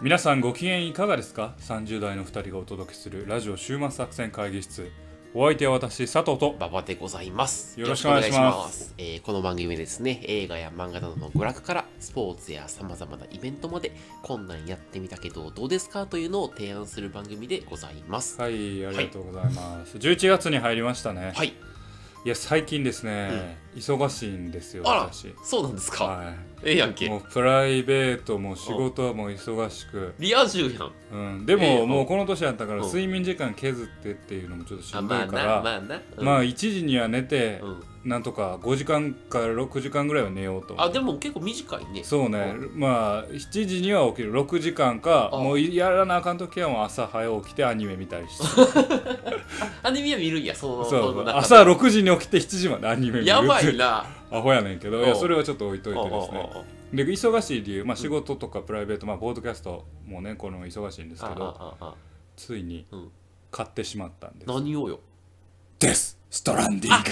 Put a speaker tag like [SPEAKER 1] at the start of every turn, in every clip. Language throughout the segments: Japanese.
[SPEAKER 1] 皆さんご機嫌いかがですか ?30 代の2人がお届けするラジオ終末作戦会議室。お相手は私、佐藤と
[SPEAKER 2] 馬場でございます。
[SPEAKER 1] よろしくお願いします
[SPEAKER 2] よろくお願いすえーこの番組ですね、映画や漫画などの娯楽から、スポーツや様々なイベントまで、こんなんやってみたけど、どうですかというのを提案する番組でございます。は
[SPEAKER 1] はい、ありがとうございます。11月に入りましたね
[SPEAKER 2] い。。
[SPEAKER 1] いや、最近ですね、忙しいんですよ、
[SPEAKER 2] あら
[SPEAKER 1] 私。、
[SPEAKER 2] そうなんですか。
[SPEAKER 1] は
[SPEAKER 2] ええやん
[SPEAKER 1] い。
[SPEAKER 2] け
[SPEAKER 1] も。うプライベートも仕事はもう忙しく、
[SPEAKER 2] リア充やん。
[SPEAKER 1] うん、で
[SPEAKER 2] ええ
[SPEAKER 1] も
[SPEAKER 2] よ
[SPEAKER 1] もうこの年だったから
[SPEAKER 2] うん
[SPEAKER 1] 睡眠時間削ってっていうのもちょっとし
[SPEAKER 2] あ、
[SPEAKER 1] んどい
[SPEAKER 2] まあ
[SPEAKER 1] か
[SPEAKER 2] な、ま
[SPEAKER 1] ら、
[SPEAKER 2] あな。うん
[SPEAKER 1] まあ1時には寝て
[SPEAKER 2] う、ん。
[SPEAKER 1] なんとか5時間から6時間ぐらいは寝ようと。
[SPEAKER 2] あ、でも結構短いね。
[SPEAKER 1] そうね、まあ7時には起きる6時間か
[SPEAKER 2] あ
[SPEAKER 1] もうやらなあかん時はもう朝早起きてアニメ見たりして
[SPEAKER 2] アニメは見るんや、その、
[SPEAKER 1] そう
[SPEAKER 2] の中で
[SPEAKER 1] 朝6時に起きて7時までアニメ見る
[SPEAKER 2] やば
[SPEAKER 1] って
[SPEAKER 2] いな。
[SPEAKER 1] アホやねんけど
[SPEAKER 2] うん
[SPEAKER 1] いやそれはちょっと置いとい
[SPEAKER 2] お
[SPEAKER 1] て
[SPEAKER 2] う
[SPEAKER 1] ですねで忙しい理由、まあ、仕事とかプライベート、まあ、ポードキャストもねこの忙しいんですけど
[SPEAKER 2] おうおうおうああああああ
[SPEAKER 1] ついに
[SPEAKER 2] うん
[SPEAKER 1] 買ってしまったんです
[SPEAKER 2] 何をよ。
[SPEAKER 1] デスストランディン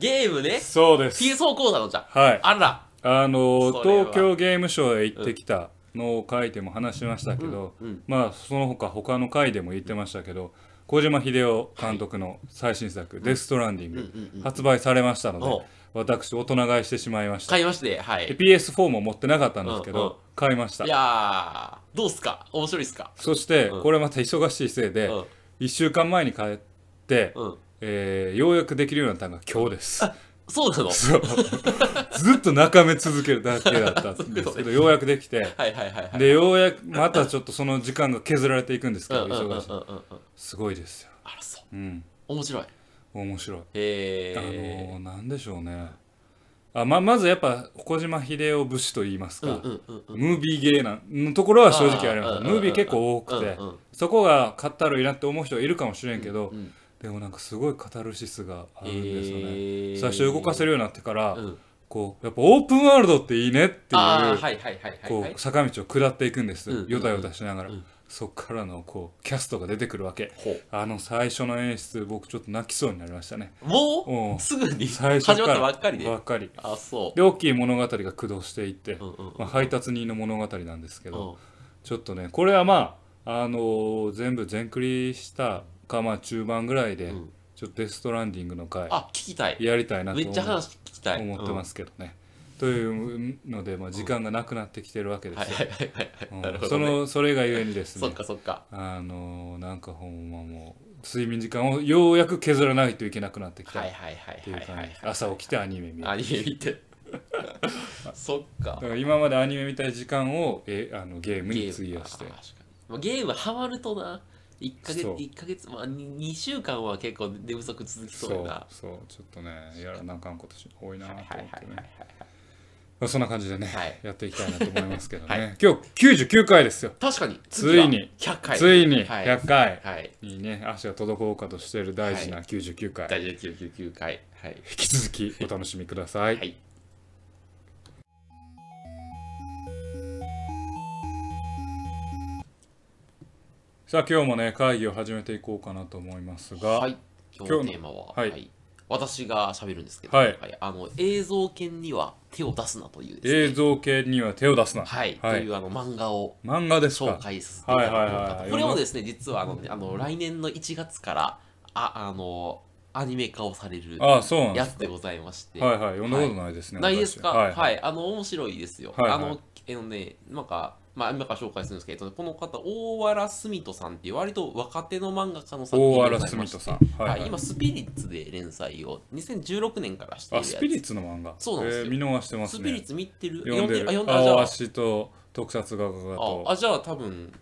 [SPEAKER 2] ゲー
[SPEAKER 1] グ
[SPEAKER 2] ムね。
[SPEAKER 1] そうです
[SPEAKER 2] PS4 講座のじゃん。
[SPEAKER 1] はい
[SPEAKER 2] あら。
[SPEAKER 1] あの
[SPEAKER 2] それは
[SPEAKER 1] 東京ゲームショウへ行ってきたのを書いても話しましたけど、
[SPEAKER 2] うん。
[SPEAKER 1] まあその他他の回でも言ってましたけど小島秀夫監督の最新作「デス・ストランディン
[SPEAKER 2] うんうん
[SPEAKER 1] グ
[SPEAKER 2] う」ん。
[SPEAKER 1] 発売されましたの
[SPEAKER 2] おう
[SPEAKER 1] で私大人買いしてしまいました
[SPEAKER 2] 買いまして、はい。
[SPEAKER 1] で PS4 も持ってなかったんですけ
[SPEAKER 2] うんうん
[SPEAKER 1] ど買いました
[SPEAKER 2] いやー、どうっすか面白いっすか
[SPEAKER 1] そして
[SPEAKER 2] うん
[SPEAKER 1] これまた忙しいせいうで
[SPEAKER 2] ん。
[SPEAKER 1] 1週間前に帰って
[SPEAKER 2] うん。
[SPEAKER 1] えーようやくできるようになったのが今日です
[SPEAKER 2] そうなの
[SPEAKER 1] そうずっと中め続けるだけだったんです
[SPEAKER 2] そうい
[SPEAKER 1] け
[SPEAKER 2] うこと
[SPEAKER 1] どようやくできて
[SPEAKER 2] はいはいはいは い。
[SPEAKER 1] でようやくまたちょっとその時間が削られていくんですけ
[SPEAKER 2] うん
[SPEAKER 1] ど
[SPEAKER 2] うんうんうんうん。
[SPEAKER 1] 忙しいすごいですよ
[SPEAKER 2] あら、そう。
[SPEAKER 1] うん
[SPEAKER 2] 面白い。
[SPEAKER 1] 面白い、
[SPEAKER 2] え
[SPEAKER 1] あの
[SPEAKER 2] ー。
[SPEAKER 1] なんでしょうねあままずやっぱ小島秀夫節といいます
[SPEAKER 2] うん
[SPEAKER 1] か、
[SPEAKER 2] うんうんうん。
[SPEAKER 1] ムービーゲーなのところは正直あります
[SPEAKER 2] あー
[SPEAKER 1] ムービー結構多くて、
[SPEAKER 2] うんうん
[SPEAKER 1] そこがかったるいなって思う人いるかもしれんけど、
[SPEAKER 2] うん
[SPEAKER 1] でもなんかすごいカタルシスがあるんですよね、
[SPEAKER 2] えー
[SPEAKER 1] 最初動かせるようになってから、
[SPEAKER 2] うん
[SPEAKER 1] こうやっぱオープンワールドっていいねっていう、
[SPEAKER 2] あーはいはいはいはいは
[SPEAKER 1] こ。
[SPEAKER 2] いう
[SPEAKER 1] 坂道を下っていくんです、
[SPEAKER 2] うん
[SPEAKER 1] よたよたしながら、
[SPEAKER 2] うん
[SPEAKER 1] そっからのこうキャストが出てくるわけ
[SPEAKER 2] ほう
[SPEAKER 1] あの最初の演出僕ちょっと泣きそうになりましたね
[SPEAKER 2] も
[SPEAKER 1] うん
[SPEAKER 2] うすぐに
[SPEAKER 1] 最
[SPEAKER 2] 始
[SPEAKER 1] 初か
[SPEAKER 2] まっ
[SPEAKER 1] ら
[SPEAKER 2] たばっかりで。
[SPEAKER 1] ばっかり
[SPEAKER 2] あ、そう。
[SPEAKER 1] で大きい物語が駆動していって、
[SPEAKER 2] うんうんうん
[SPEAKER 1] まあ、配達人の物語なんですけど、
[SPEAKER 2] うん
[SPEAKER 1] ちょっとねこれはまあ、あのー全部全クリしたかまあ中盤ぐらいで、
[SPEAKER 2] うん
[SPEAKER 1] ちょっとデストランディングの回
[SPEAKER 2] あ、聞きたい。
[SPEAKER 1] やりたいなと
[SPEAKER 2] め
[SPEAKER 1] 思
[SPEAKER 2] っちゃ話聞きたい。。
[SPEAKER 1] 思ってますすけどね、というので、まあ、時間がなくなってきてるわけです
[SPEAKER 2] はい
[SPEAKER 1] よ、
[SPEAKER 2] はいはいはいはい。なる
[SPEAKER 1] う
[SPEAKER 2] ほ
[SPEAKER 1] んそ
[SPEAKER 2] どね。
[SPEAKER 1] のそれがゆえにです
[SPEAKER 2] そっ
[SPEAKER 1] ね
[SPEAKER 2] かそっか。
[SPEAKER 1] あのーなんかほんまもう睡眠時間をようやく削らないといけなくなってきた
[SPEAKER 2] はい
[SPEAKER 1] っ
[SPEAKER 2] はいはい
[SPEAKER 1] て
[SPEAKER 2] はいいうは
[SPEAKER 1] 感
[SPEAKER 2] い
[SPEAKER 1] じ朝起きてアニメ見る
[SPEAKER 2] アニメ見 てそっか
[SPEAKER 1] だから今までアニメみたい時間をえあのゲームに費やして
[SPEAKER 2] ゲームあー確かにまあゲームハマるとな1ヶ月
[SPEAKER 1] そう
[SPEAKER 2] 一ヶ月まあに2週間は結構寝不足続きそう
[SPEAKER 1] そ
[SPEAKER 2] や
[SPEAKER 1] う
[SPEAKER 2] な
[SPEAKER 1] そうちょっとねやらなあかんことし多いなと
[SPEAKER 2] は
[SPEAKER 1] 思
[SPEAKER 2] い
[SPEAKER 1] って
[SPEAKER 2] はい
[SPEAKER 1] ね
[SPEAKER 2] はい、はいはい
[SPEAKER 1] まあ、そんな感じでね、
[SPEAKER 2] はい
[SPEAKER 1] やっていきたいなと思いますけどね、
[SPEAKER 2] は
[SPEAKER 1] 今日99回ですよ、
[SPEAKER 2] 確かに
[SPEAKER 1] ついに
[SPEAKER 2] 100回
[SPEAKER 1] ついに
[SPEAKER 2] はい
[SPEAKER 1] 100回
[SPEAKER 2] はい
[SPEAKER 1] にね足が届こうかとしている大事な99回、
[SPEAKER 2] 第99回はい
[SPEAKER 1] 引き続きお楽しみください、
[SPEAKER 2] はい
[SPEAKER 1] さあ今日もね会議を始めていこうかなと思いますが、
[SPEAKER 2] はい今日の
[SPEAKER 1] 今日の
[SPEAKER 2] テーマは
[SPEAKER 1] はい
[SPEAKER 2] はい私が喋るんですけど
[SPEAKER 1] はい
[SPEAKER 2] あの映像犬には手を出すなというですね
[SPEAKER 1] 映像系には手を出すな、
[SPEAKER 2] はいというあの漫画を
[SPEAKER 1] 漫画です
[SPEAKER 2] 紹
[SPEAKER 1] か
[SPEAKER 2] 介させていただこうか
[SPEAKER 1] はいはいはい
[SPEAKER 2] と。これもですね、実はあの、あの来年の1月から、あ、あの、アニメ化をされる
[SPEAKER 1] ああそうなんで
[SPEAKER 2] や
[SPEAKER 1] す
[SPEAKER 2] つでございまして。
[SPEAKER 1] はいはい読んだことないですね、
[SPEAKER 2] ないですか
[SPEAKER 1] 私は
[SPEAKER 2] はいい、あの、面白いですよ。
[SPEAKER 1] はいはい
[SPEAKER 2] あの、えのね、なんか、まあ、今から紹介するんですけど、この方、大原澄人さんっていう、割と若手の漫画家の作品
[SPEAKER 1] 大原
[SPEAKER 2] でござい
[SPEAKER 1] 澄
[SPEAKER 2] まして
[SPEAKER 1] 人さん、
[SPEAKER 2] はい、
[SPEAKER 1] はいはい
[SPEAKER 2] 今、スピリッツで連載を2016年からしている
[SPEAKER 1] あ
[SPEAKER 2] やつ。
[SPEAKER 1] スピリッツの漫画
[SPEAKER 2] そうなんですよ
[SPEAKER 1] えー見逃してます
[SPEAKER 2] ス
[SPEAKER 1] ね
[SPEAKER 2] ピリッツ見てる
[SPEAKER 1] 読んでる
[SPEAKER 2] あ、読んだ、じゃ
[SPEAKER 1] 青
[SPEAKER 2] あ。
[SPEAKER 1] 足と特撮画家
[SPEAKER 2] あ
[SPEAKER 1] と
[SPEAKER 2] あじゃあ多分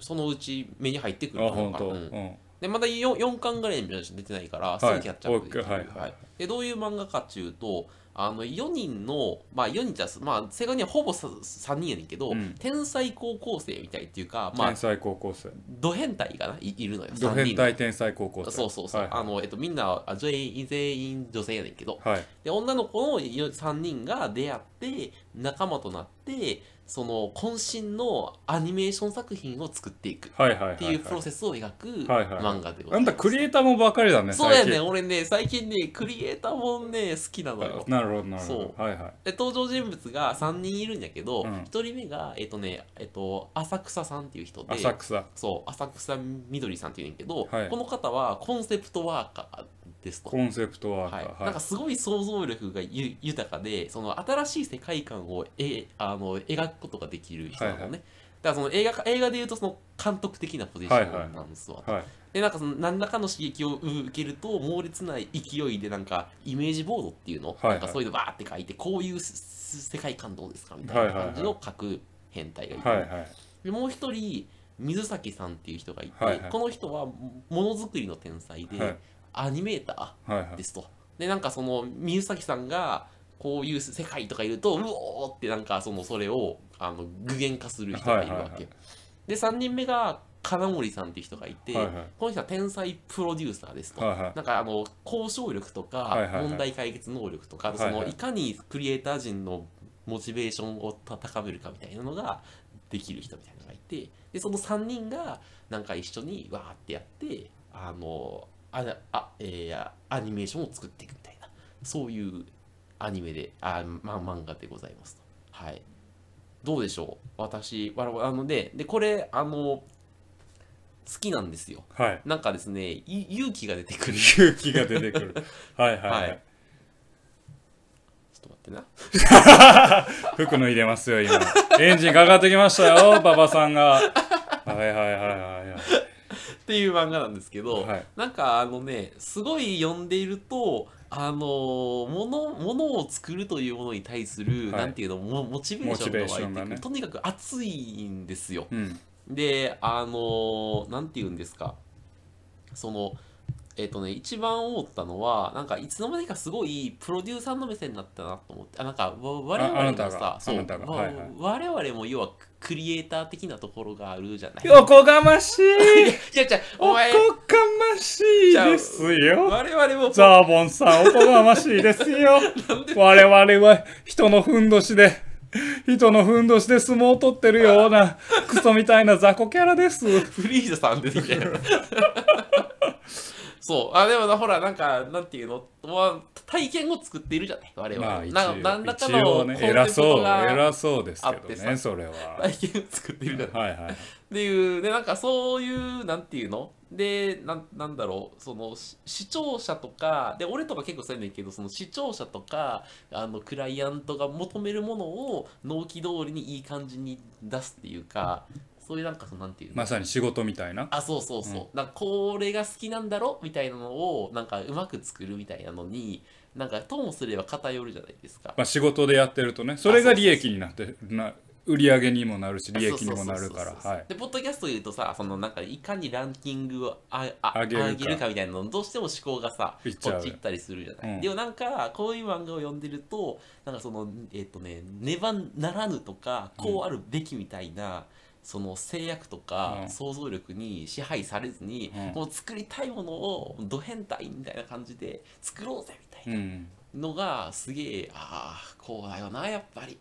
[SPEAKER 2] そのうち目に入ってくる
[SPEAKER 1] あ
[SPEAKER 2] と思
[SPEAKER 1] 本
[SPEAKER 2] うか
[SPEAKER 1] 当、
[SPEAKER 2] ら、
[SPEAKER 1] う
[SPEAKER 2] うん
[SPEAKER 1] ん
[SPEAKER 2] でまだ 4, 4巻ぐらいのしか出てないから
[SPEAKER 1] い
[SPEAKER 2] すぐキャッチャップできる、
[SPEAKER 1] 追いかはい
[SPEAKER 2] でどういう漫画かっていうとあの4人のまあ4人じゃまあ正確にはほぼさ3人やねんけど、
[SPEAKER 1] うん
[SPEAKER 2] 天才高校生みたいっていうかまあ
[SPEAKER 1] 天才高校生
[SPEAKER 2] ド変態がないいるのよ
[SPEAKER 1] ド
[SPEAKER 2] 3
[SPEAKER 1] 変
[SPEAKER 2] 人の
[SPEAKER 1] 態天才高校生
[SPEAKER 2] そうそうそう、
[SPEAKER 1] はい
[SPEAKER 2] あのえっとみんなあ全員全員女性やねんけど
[SPEAKER 1] はい
[SPEAKER 2] で女の子の3人が出会って仲間となってその渾身のアニメーション作品を作っていくっ
[SPEAKER 1] はいはいはい
[SPEAKER 2] ていうプロセスを描く
[SPEAKER 1] はいはい
[SPEAKER 2] 漫画でござ
[SPEAKER 1] あ
[SPEAKER 2] い
[SPEAKER 1] ん
[SPEAKER 2] ま
[SPEAKER 1] た
[SPEAKER 2] す。
[SPEAKER 1] クリエイターもばかりだね
[SPEAKER 2] そうや
[SPEAKER 1] 最
[SPEAKER 2] ね
[SPEAKER 1] 近
[SPEAKER 2] 俺ね最近ねクリエエーターもんね好きなのよ
[SPEAKER 1] なるほどなるほ
[SPEAKER 2] そ
[SPEAKER 1] どはいはい
[SPEAKER 2] で登場人物が3人いるんやけど、
[SPEAKER 1] うん
[SPEAKER 2] 1人目がえっ、とねえっ、と浅草さんっていう人で
[SPEAKER 1] 浅草
[SPEAKER 2] そう浅草みどりさんっていうんやけど、
[SPEAKER 1] はい
[SPEAKER 2] この方はコンセプトワーカーですと
[SPEAKER 1] コンセプトワーカ
[SPEAKER 2] はい
[SPEAKER 1] ー、
[SPEAKER 2] なんかすごい想像力がゆ豊かでその新しい世界観をえあの描くことができる人なのね、
[SPEAKER 1] はいは
[SPEAKER 2] だからその映画か映画でいうとその監督的なポジションなんですわ、
[SPEAKER 1] はい
[SPEAKER 2] でなんかその何らかの刺激を受けると猛烈な勢いでなんかイメージボードっていうの、
[SPEAKER 1] いはい
[SPEAKER 2] なんかそういうのバーって書いてこういうすす世界観どうですかみたいな感じの書く変態がいて、
[SPEAKER 1] はいはい
[SPEAKER 2] でもう一人水崎さんっていう人がいて、
[SPEAKER 1] はいはい
[SPEAKER 2] この人はものづくりの天才で、
[SPEAKER 1] はい
[SPEAKER 2] アニメータ
[SPEAKER 1] はい
[SPEAKER 2] ー
[SPEAKER 1] は
[SPEAKER 2] で
[SPEAKER 1] い
[SPEAKER 2] すと。でなんかその水崎さんがこういう世界とか言うとうおーってなんかそのそれをあの具現化する人がいるわけ。
[SPEAKER 1] はいはいはい
[SPEAKER 2] で3人目が金森さんっていう人がいて、
[SPEAKER 1] はいはい
[SPEAKER 2] この人は天才プロデューサーですと。
[SPEAKER 1] はいはい
[SPEAKER 2] なんかあの交渉力と
[SPEAKER 1] はい
[SPEAKER 2] か
[SPEAKER 1] はいはい
[SPEAKER 2] 問題解決能力とか、
[SPEAKER 1] はい
[SPEAKER 2] そ
[SPEAKER 1] はい
[SPEAKER 2] のいかにクリエイター陣のモチベーションを高めるかみたいなのができる人みたいなのがいてでその3人がなんか一緒にわーってやってあのああ、えーアニメーションを作っていくみたいなそういうアニメであ、ま、漫画でございますとはいどうでしょう私わらあのででこれあの好きなんですよ
[SPEAKER 1] はい
[SPEAKER 2] なんかですねい勇気が出てくる
[SPEAKER 1] 勇気が出てくるはいはいは
[SPEAKER 2] はいいちょっと待って
[SPEAKER 1] 服の入れますよ今エンジンかかってきましたよ 馬場さんがはいはいはいはいはい
[SPEAKER 2] な。っていう漫画なんですけど、
[SPEAKER 1] はい
[SPEAKER 2] なんかあのね、すごい読んでいると、あのー、もの、ものを作るというものに対する、
[SPEAKER 1] はい
[SPEAKER 2] なんていうの、もモチベーションが
[SPEAKER 1] モチベ
[SPEAKER 2] 湧い
[SPEAKER 1] ーショ
[SPEAKER 2] てく
[SPEAKER 1] ン
[SPEAKER 2] る、
[SPEAKER 1] がね
[SPEAKER 2] とにかく熱いんですよ。
[SPEAKER 1] うん
[SPEAKER 2] で、あのー、なんていうんですか。その、えっ、とね、一番思ったのは、なんかいつの間にかすごいプロデューサーの目線になったなと思って、あ、なんかわ我
[SPEAKER 1] ああ
[SPEAKER 2] 々
[SPEAKER 1] なた
[SPEAKER 2] もさ
[SPEAKER 1] が、
[SPEAKER 2] そう、
[SPEAKER 1] あなたが
[SPEAKER 2] わ
[SPEAKER 1] はいはい
[SPEAKER 2] 我々も要はクリエイター的なところがあるじゃない。
[SPEAKER 1] おこがましい
[SPEAKER 2] いやじゃ
[SPEAKER 1] お
[SPEAKER 2] お
[SPEAKER 1] こが
[SPEAKER 2] 前
[SPEAKER 1] ましいですよ
[SPEAKER 2] 我々も
[SPEAKER 1] ザーボンさん、おこがましいです よ。我々は人のふんどしで、人のふんどしで相撲を取ってるような、クソみたいな雑魚キャラです。
[SPEAKER 2] フリーザさ ん出てきたよそうあでもなほらなんかなんていうの、まあ、体験を作っているじゃない我々、
[SPEAKER 1] まあ一
[SPEAKER 2] な
[SPEAKER 1] 応
[SPEAKER 2] 何らか
[SPEAKER 1] 一
[SPEAKER 2] のコ
[SPEAKER 1] 応
[SPEAKER 2] ン
[SPEAKER 1] ね、
[SPEAKER 2] セ
[SPEAKER 1] 偉
[SPEAKER 2] プ
[SPEAKER 1] そ
[SPEAKER 2] ト
[SPEAKER 1] う、
[SPEAKER 2] が
[SPEAKER 1] 偉そうです
[SPEAKER 2] あっ
[SPEAKER 1] け
[SPEAKER 2] て
[SPEAKER 1] どね、
[SPEAKER 2] さ
[SPEAKER 1] それは。
[SPEAKER 2] 体験を作っているじゃない
[SPEAKER 1] はいはい。
[SPEAKER 2] っていうでなんかそういうなんていうのでなんなんだろうそのし視聴者とかで俺とか結構そうやねんけどその視聴者とかあのクライアントが求めるものを納期通りにいい感じに出すっていうかそういうなんかそのなんていうの、
[SPEAKER 1] まさに仕事みたいな。
[SPEAKER 2] あそうそうそう、なんかこれが好きなんだろみたいなのをなんかうまく作るみたいなのになんかともすれば偏るじゃないですか。
[SPEAKER 1] まあ仕事でやってるとね、それが利益になって、な売り上げにもなるし、利益にもなるか
[SPEAKER 2] そ
[SPEAKER 1] ら。
[SPEAKER 2] うそうそうそう
[SPEAKER 1] はい。
[SPEAKER 2] でポッドキャストで言うとさそのなんかいかにランキングをああ
[SPEAKER 1] 上げるか
[SPEAKER 2] 上げるかみたいなのどうしても思考がさ
[SPEAKER 1] いっち
[SPEAKER 2] こ
[SPEAKER 1] ゃう
[SPEAKER 2] っち行ったりするじゃない、
[SPEAKER 1] うん
[SPEAKER 2] でもなんかこういう漫画を読んでるとなんかそのえっ、とねねばならぬとかこうあるべきみたいな、その制約とか
[SPEAKER 1] うん
[SPEAKER 2] 想像力に支配されずに、
[SPEAKER 1] うん
[SPEAKER 2] もう作りたいものをド変態みたいな感じで作ろうぜみたいな
[SPEAKER 1] うん。
[SPEAKER 2] のがすげえああこうだよなやっぱり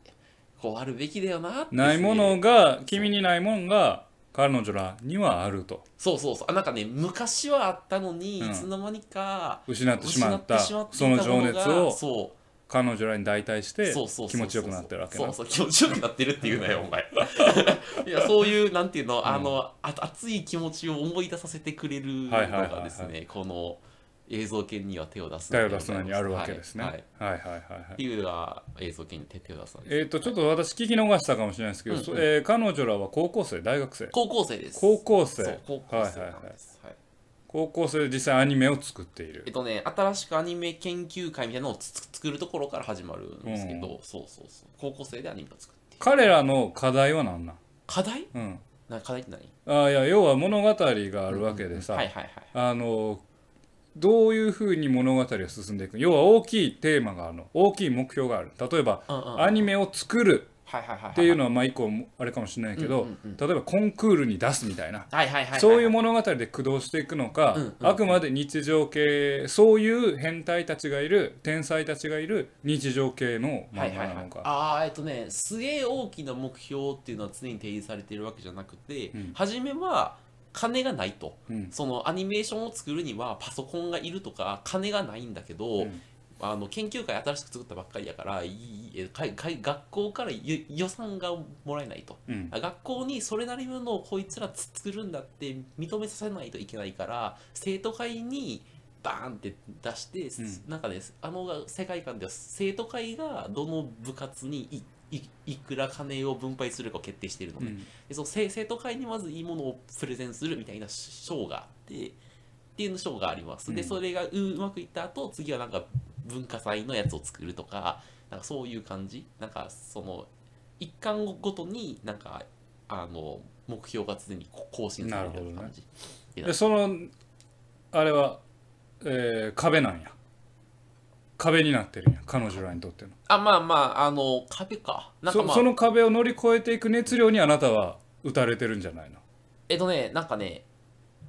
[SPEAKER 2] こうあるべきだよなって
[SPEAKER 1] ないも
[SPEAKER 2] すげえ
[SPEAKER 1] のが、君にないものが、彼女らにはあると。
[SPEAKER 2] そうそうそうあなんかね昔はあったのに、
[SPEAKER 1] うん
[SPEAKER 2] いつの間にか
[SPEAKER 1] 失ってしまった、
[SPEAKER 2] 失ってし
[SPEAKER 1] そ
[SPEAKER 2] ま
[SPEAKER 1] の
[SPEAKER 2] っていた
[SPEAKER 1] 情
[SPEAKER 2] もの
[SPEAKER 1] 熱
[SPEAKER 2] が
[SPEAKER 1] を。
[SPEAKER 2] そう
[SPEAKER 1] 彼女らに代替して
[SPEAKER 2] そうそうそうそう
[SPEAKER 1] 気持ちよくなってるわけな
[SPEAKER 2] そうそう気持ちよくなってるっていうなよお前 いやそういうなんていうのあの、あ熱い気持ちを思い出させてくれるの
[SPEAKER 1] はいはいはいはい
[SPEAKER 2] がですねこの映像犬には手を出すな
[SPEAKER 1] 頼り出すのにあるわけですね、
[SPEAKER 2] はい
[SPEAKER 1] は
[SPEAKER 2] はい
[SPEAKER 1] い
[SPEAKER 2] っ、
[SPEAKER 1] はいはいはい
[SPEAKER 2] ていうのが映像犬に手を出すなんです
[SPEAKER 1] えっ、とちょっと私聞き逃したかもしれないですけど、
[SPEAKER 2] うんうん
[SPEAKER 1] そえー彼女らは高校生大学生
[SPEAKER 2] 高校生です
[SPEAKER 1] 高校生
[SPEAKER 2] そう高校生
[SPEAKER 1] はい
[SPEAKER 2] な
[SPEAKER 1] はい
[SPEAKER 2] ん
[SPEAKER 1] はい
[SPEAKER 2] です、はい
[SPEAKER 1] 高校生で実際アニメを作ってい
[SPEAKER 2] え
[SPEAKER 1] る
[SPEAKER 2] っとね、新しくアニメ研究会みたいなのをつつ作るところから始まるんですけど、そうそうそう高校生でアニメを作っている
[SPEAKER 1] 彼らの課題は何なん、
[SPEAKER 2] 課題
[SPEAKER 1] うん、
[SPEAKER 2] な課題って何
[SPEAKER 1] あーいや要は物語があるわけでさ、
[SPEAKER 2] はいはいはい
[SPEAKER 1] あのどういうふうに物語が進んでいく要は大きいテーマがあるの大きい目標がある例えば、
[SPEAKER 2] うんうん
[SPEAKER 1] アニメを作る
[SPEAKER 2] はいはいはいはい
[SPEAKER 1] っていうのはまあ一個あれかもしれないけど、
[SPEAKER 2] うんうん
[SPEAKER 1] 例えばコンクールに出すみたいな
[SPEAKER 2] はいはいはいはい
[SPEAKER 1] そういう物語で駆動していくのか、
[SPEAKER 2] うんうん
[SPEAKER 1] あくまで日常系そういう変態たちがいる天才たちがいる日常系の
[SPEAKER 2] はい
[SPEAKER 1] 漫
[SPEAKER 2] は
[SPEAKER 1] 画
[SPEAKER 2] いは
[SPEAKER 1] ないのか、
[SPEAKER 2] ああえっとねすげえ大きな目標っていうのは常に提示されているわけじゃなくて、
[SPEAKER 1] うん
[SPEAKER 2] 初めは金がないと
[SPEAKER 1] うん
[SPEAKER 2] そのアニメーションを作るにはパソコンがいるとか金がないんだけど、
[SPEAKER 1] うん
[SPEAKER 2] あの研究会新しく作ったばっかりやからいいえかいかい学校からゆ予算がもらえないと
[SPEAKER 1] うん
[SPEAKER 2] あ学校にそれなりのこいつらつ作るんだって認めさせないといけないから生徒会にバーンって出して、
[SPEAKER 1] ん
[SPEAKER 2] なんかねあの世界観では生徒会がどの部活にいいいくら金を分配するかを決定しているの
[SPEAKER 1] う
[SPEAKER 2] で,、
[SPEAKER 1] ん
[SPEAKER 2] でその生生徒会にまずいいものをプレゼンするみたいな賞があってっていう賞があります、で
[SPEAKER 1] うん
[SPEAKER 2] それがううまくいった後次はなんか文化祭のやつを作るとかなんかそういう感じなんかその一貫ごとになんかあの目標が常にこう更新されてる感じ
[SPEAKER 1] でそのあれは、えー壁なんや壁になってるんや彼女らにとっての
[SPEAKER 2] あまあまああの壁かなんか
[SPEAKER 1] そ
[SPEAKER 2] まあ
[SPEAKER 1] その壁を乗り越えていく熱量にあなたは打たれてるんじゃないの
[SPEAKER 2] えっとねなんかね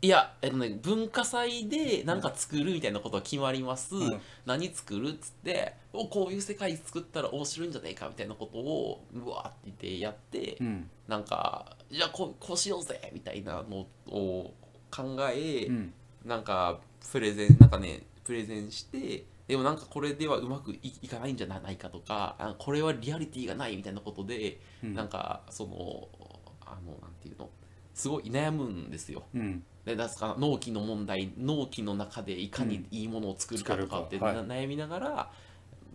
[SPEAKER 2] いやえっとね文化祭でなんか作るみたいなことは決まります、
[SPEAKER 1] ん
[SPEAKER 2] 何作るっつっておこういう世界作ったら面白いんじゃないかみたいなことをうわーって言ってやって、
[SPEAKER 1] うん
[SPEAKER 2] なんかじゃあこうこうしようぜみたいなのを考え、
[SPEAKER 1] うん
[SPEAKER 2] なんかプレゼンなんかねプレゼンしてでもなんかこれではうまくいいかないんじゃないかとかあこれはリアリティがないみたいなことで、
[SPEAKER 1] うん
[SPEAKER 2] なんかそのあのなんていうのすごい悩むんですよ。
[SPEAKER 1] うん
[SPEAKER 2] でだから納期の問題納期の中でいか
[SPEAKER 1] う
[SPEAKER 2] に
[SPEAKER 1] ん
[SPEAKER 2] いいものを作るかとかって、
[SPEAKER 1] 作るか
[SPEAKER 2] な悩みながら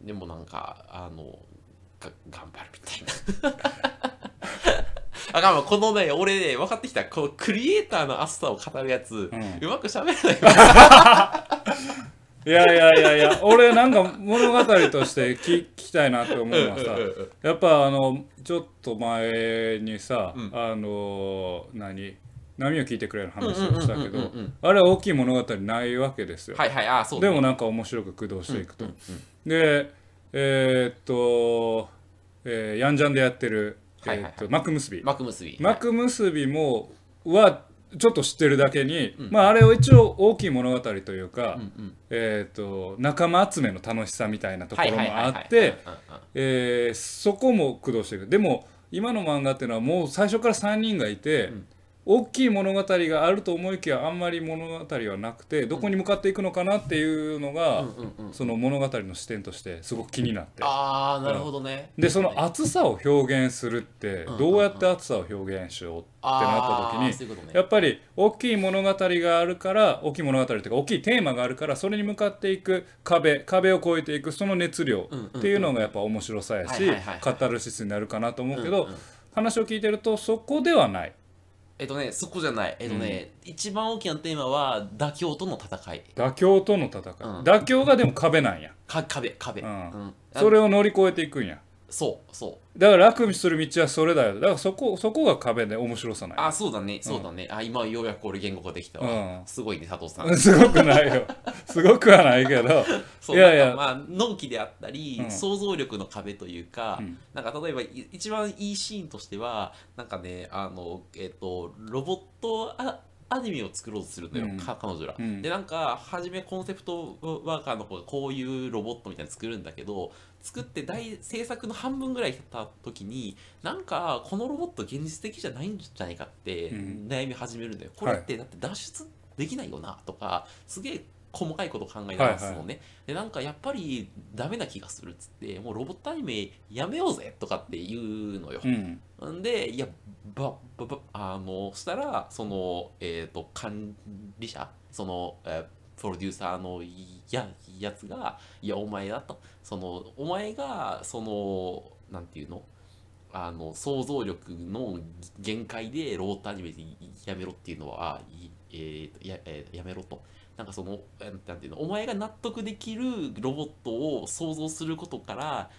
[SPEAKER 2] でもなんかあのが頑張るみたいな。 あかんわこのね俺ね分かってきたこのクリエイターの熱さを語るやつ、
[SPEAKER 1] う
[SPEAKER 2] うんまく喋れないわ
[SPEAKER 1] いやいやいやいや俺なんか物語として聞聞きたいなって思うのはさやっぱあのちょっと前にさ、
[SPEAKER 2] うん
[SPEAKER 1] あの何波を聞いてくれる話をしたけ
[SPEAKER 2] うんうんうん
[SPEAKER 1] ど
[SPEAKER 2] うんうん
[SPEAKER 1] あれは大きい物語ないわけですよ、
[SPEAKER 2] はいはいあそう
[SPEAKER 1] で
[SPEAKER 2] ね
[SPEAKER 1] もなんか面白く駆動していくと、
[SPEAKER 2] うん
[SPEAKER 1] でえーっと、えーヤンジャンでやってる、え
[SPEAKER 2] はいはいは
[SPEAKER 1] ー
[SPEAKER 2] い
[SPEAKER 1] っと幕結び
[SPEAKER 2] 幕結び
[SPEAKER 1] 幕結びもはちょっと知ってるだけに、
[SPEAKER 2] うん
[SPEAKER 1] まああれを一応大きい物語というか、
[SPEAKER 2] うんうん
[SPEAKER 1] えー、と仲間集めの楽しさみたいなとこ
[SPEAKER 2] はい
[SPEAKER 1] ろも
[SPEAKER 2] はいはい
[SPEAKER 1] あ
[SPEAKER 2] はい
[SPEAKER 1] って
[SPEAKER 2] うんうんうん
[SPEAKER 1] えーそこも駆動していくでも今の漫画っていうのはもう最初から3人がいて、
[SPEAKER 2] うん
[SPEAKER 1] 大きい物語があると思いきやあんまり物語はなくてどこに向かっていくのかなっていうのが、
[SPEAKER 2] うんうんうん
[SPEAKER 1] その物語の視点としてすごく気になって
[SPEAKER 2] ああなるほどね
[SPEAKER 1] でその熱さを表現するって
[SPEAKER 2] うん
[SPEAKER 1] どうやって熱さを表現しようってなった時
[SPEAKER 2] あー
[SPEAKER 1] に
[SPEAKER 2] そういうことね
[SPEAKER 1] やっぱり大きい物語があるから大きい物語というか大きいテーマがあるからそれに向かっていく壁壁を越えていくその熱量
[SPEAKER 2] うんうんうん
[SPEAKER 1] っていうのがやっぱ面白さやし
[SPEAKER 2] はいはいはいはい
[SPEAKER 1] カタルシスになるかなと思うけ
[SPEAKER 2] う
[SPEAKER 1] ど
[SPEAKER 2] んうん
[SPEAKER 1] 話を聞いてるとそこではない
[SPEAKER 2] えっとね、そこじゃない。えっとね、一番大きなテーマは妥協との戦い。
[SPEAKER 1] 妥協との戦い
[SPEAKER 2] ん
[SPEAKER 1] 妥協がでも壁なんや
[SPEAKER 2] か壁、壁。
[SPEAKER 1] う
[SPEAKER 2] うんん
[SPEAKER 1] それを乗り越えていくんや
[SPEAKER 2] そう、そう。
[SPEAKER 1] だから楽にする道はそれだよだからそこそこが壁で面白さない
[SPEAKER 2] あ、そうだね、そうだね。あ、今ようやく俺言語化できたわ。
[SPEAKER 1] うん
[SPEAKER 2] すごいね、佐藤さ
[SPEAKER 1] うん
[SPEAKER 2] ん。
[SPEAKER 1] すごくないよ。すごくはないけど。
[SPEAKER 2] そう
[SPEAKER 1] いやいや
[SPEAKER 2] なんかまあ、納期であったり、
[SPEAKER 1] うん
[SPEAKER 2] 想像力の壁というか、
[SPEAKER 1] うん
[SPEAKER 2] なんか例えばい一番いいシーンとしては、なんかね、あの、えっ、と、ロボットあアニメを作ろうとするのよ、
[SPEAKER 1] うん
[SPEAKER 2] か彼女ら。
[SPEAKER 1] うん
[SPEAKER 2] で、なんか、初めコンセプトワーカーの子がこういうロボットみたいなの作るんだけど、作って大制作の半分ぐらい経った時になんかこのロボット現実的じゃないんじゃないかって
[SPEAKER 1] うん
[SPEAKER 2] 悩み始めるんだよ、これってだって脱出できないよなとかすげえ細かいこと考え出すのね、
[SPEAKER 1] は
[SPEAKER 2] でなんかやっぱりダメな気がするっつってもうロボットアニメやめようぜとかって言うのよ、
[SPEAKER 1] うん。
[SPEAKER 2] んでいやばばばあのしたらそのえっ、と管理者その、えープロデューサーのややつが「いやお前だ」とそのお前がそのなんていうのあの想像力の限界でロータアニメでやめろっていうのはいえーとやえーやめろと。なんかそのえーなんていうのお前が納得できるロボットを想像することから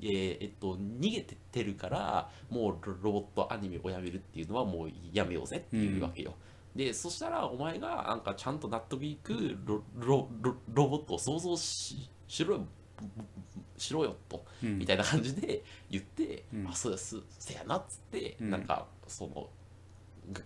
[SPEAKER 2] えーえっと、逃げてってるからもうロロボットアニメをやめるっていうのはもうやめようぜっていうわけよ。でそしたらお前がなんかちゃんと納得いくロロロロボットを想像ししろよしろよと
[SPEAKER 1] うん
[SPEAKER 2] みたいな感じで言って、
[SPEAKER 1] うん
[SPEAKER 2] あそうですせやなっつって、
[SPEAKER 1] うん
[SPEAKER 2] なんかそのが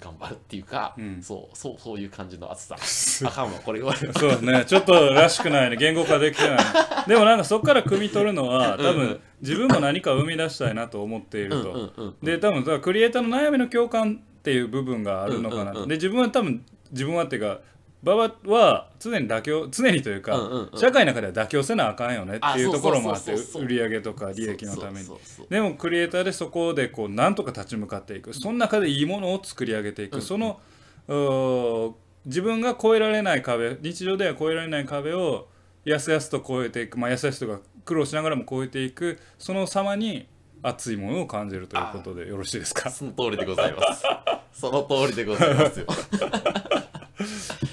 [SPEAKER 2] 頑張るっていうか、
[SPEAKER 1] うん
[SPEAKER 2] そうそうそういう感じの熱 さあかんわこれ言われる
[SPEAKER 1] そうだね、ちょっとらしくないね、言語化できてない。でもなんかそこから汲み取るのは、多
[SPEAKER 2] うんう
[SPEAKER 1] 分自分も何かを生み出したいなと思っている
[SPEAKER 2] うん
[SPEAKER 1] と。
[SPEAKER 2] うんうん
[SPEAKER 1] で、多分だからクリエイターの悩みの共感っていう部分があるのかな。
[SPEAKER 2] うんうんうん
[SPEAKER 1] で、自分は多分、自分はっていうか、馬場は常に妥協常にというか、
[SPEAKER 2] うんうんうん
[SPEAKER 1] 社会の中では妥協せなあかんよねっていう
[SPEAKER 2] あ
[SPEAKER 1] ところもあって
[SPEAKER 2] そうそうそうそう
[SPEAKER 1] 売り上げとか利益のために
[SPEAKER 2] そうそうそう
[SPEAKER 1] でもクリエイターでそこでこうなんとか立ち向かっていくその中でいいものを作り上げていく、
[SPEAKER 2] うん
[SPEAKER 1] そのうー自分が越えられない壁日常では越えられない壁をやすやすと越えていくまあやすやすとか苦労しながらも越えていくその様に熱いものを感じるということでよろしいです か
[SPEAKER 2] その通りでございます。その通りでございますよ。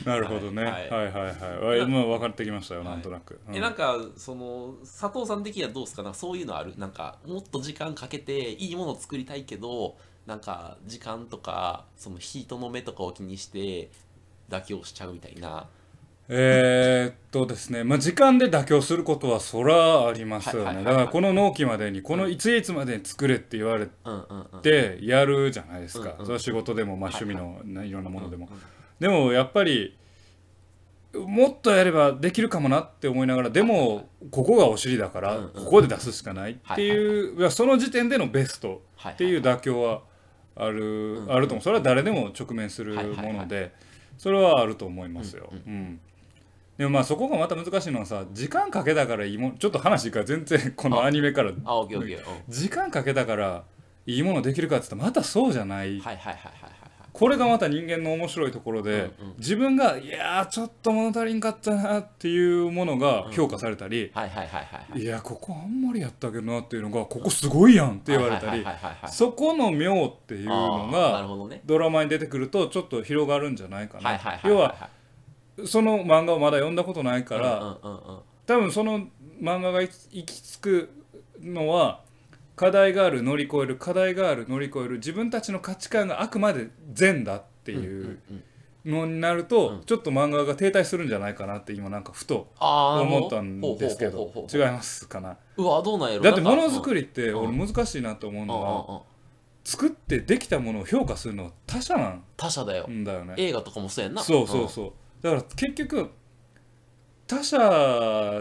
[SPEAKER 1] なるほどね、は
[SPEAKER 2] はいい、
[SPEAKER 1] はいはいはい今分かってきましたよなんとなく、 うん
[SPEAKER 2] えなんかその佐藤さん的にはどうですかなんかそういうのあるなんかもっと時間かけていいものを作りたいけどなんか時間とかその人の目とかを気にして妥協しちゃうみたいな
[SPEAKER 1] えーっとですね、まあ、時間で妥協することはそらありますよ
[SPEAKER 2] はい
[SPEAKER 1] ね
[SPEAKER 2] はい
[SPEAKER 1] だ
[SPEAKER 2] は
[SPEAKER 1] か
[SPEAKER 2] いはい
[SPEAKER 1] らこの納期までにこのいついつまでに作れって言われ
[SPEAKER 2] うんうんうん
[SPEAKER 1] てやるじゃないですか
[SPEAKER 2] うんうん
[SPEAKER 1] それは仕事でもまあ
[SPEAKER 2] はい
[SPEAKER 1] 趣味のないろんなものでも
[SPEAKER 2] うんうん
[SPEAKER 1] でもやっぱりもっとやればできるかもなって思いながらでもここがお尻だから
[SPEAKER 2] うんうん
[SPEAKER 1] ここで出すしかないっていういやその時点でのベスト
[SPEAKER 2] は
[SPEAKER 1] っていう
[SPEAKER 2] は
[SPEAKER 1] 妥協はある
[SPEAKER 2] うん
[SPEAKER 1] あると思うそれは誰でも直面する
[SPEAKER 2] はいはい
[SPEAKER 1] も
[SPEAKER 2] はい
[SPEAKER 1] のでそれはあると思いますよ。
[SPEAKER 2] うん
[SPEAKER 1] うんでもまあそこがまた難しいのはさ時間かけたからいいもんちょっと話が全然このアニメから
[SPEAKER 2] あオッケーオッケーうん
[SPEAKER 1] 時間かけたからいいものできるかっつったらまたそうじゃない
[SPEAKER 2] はいはいはいはいはいはい
[SPEAKER 1] これがまた人間の面白いところで、
[SPEAKER 2] うんうん
[SPEAKER 1] 自分がいやーちょっと物足りんかったなっていうものが評価されたり、
[SPEAKER 2] はいはいはいはいはい
[SPEAKER 1] いやここあんまりやったけどなっていうのがここすごいやんって言われたり、
[SPEAKER 2] はいはいはいはいはい
[SPEAKER 1] そこの妙っていうの
[SPEAKER 2] あーな
[SPEAKER 1] が
[SPEAKER 2] るほどね
[SPEAKER 1] ドラマに出てくるとちょっと広がるんじゃないかな、
[SPEAKER 2] はいはいはい
[SPEAKER 1] 要はその漫画をまだ読んだことないか、
[SPEAKER 2] からうんうんうんうん
[SPEAKER 1] 多分その漫画が行き行き着くのは課題がある乗り越える課題がある乗り越える自分たちの価値観があくまで善だっていう。
[SPEAKER 2] うんうん
[SPEAKER 1] のになると、
[SPEAKER 2] うん
[SPEAKER 1] ちょっと漫画が停滞するんじゃないかなって今なんかふと
[SPEAKER 2] ああ
[SPEAKER 1] 思ったんですけど違いうますかな
[SPEAKER 2] うわどうなんやろ
[SPEAKER 1] だってもの
[SPEAKER 2] なん
[SPEAKER 1] づ
[SPEAKER 2] か
[SPEAKER 1] くりって
[SPEAKER 2] う
[SPEAKER 1] 俺
[SPEAKER 2] ん
[SPEAKER 1] 難しいなと思う
[SPEAKER 2] うん
[SPEAKER 1] のは、
[SPEAKER 2] うんうんうん
[SPEAKER 1] 作ってできたものを評価するのは他者な
[SPEAKER 2] 他者だよ
[SPEAKER 1] んだよね
[SPEAKER 2] 映画とかもそうやんな
[SPEAKER 1] そうそうそうだから結局他者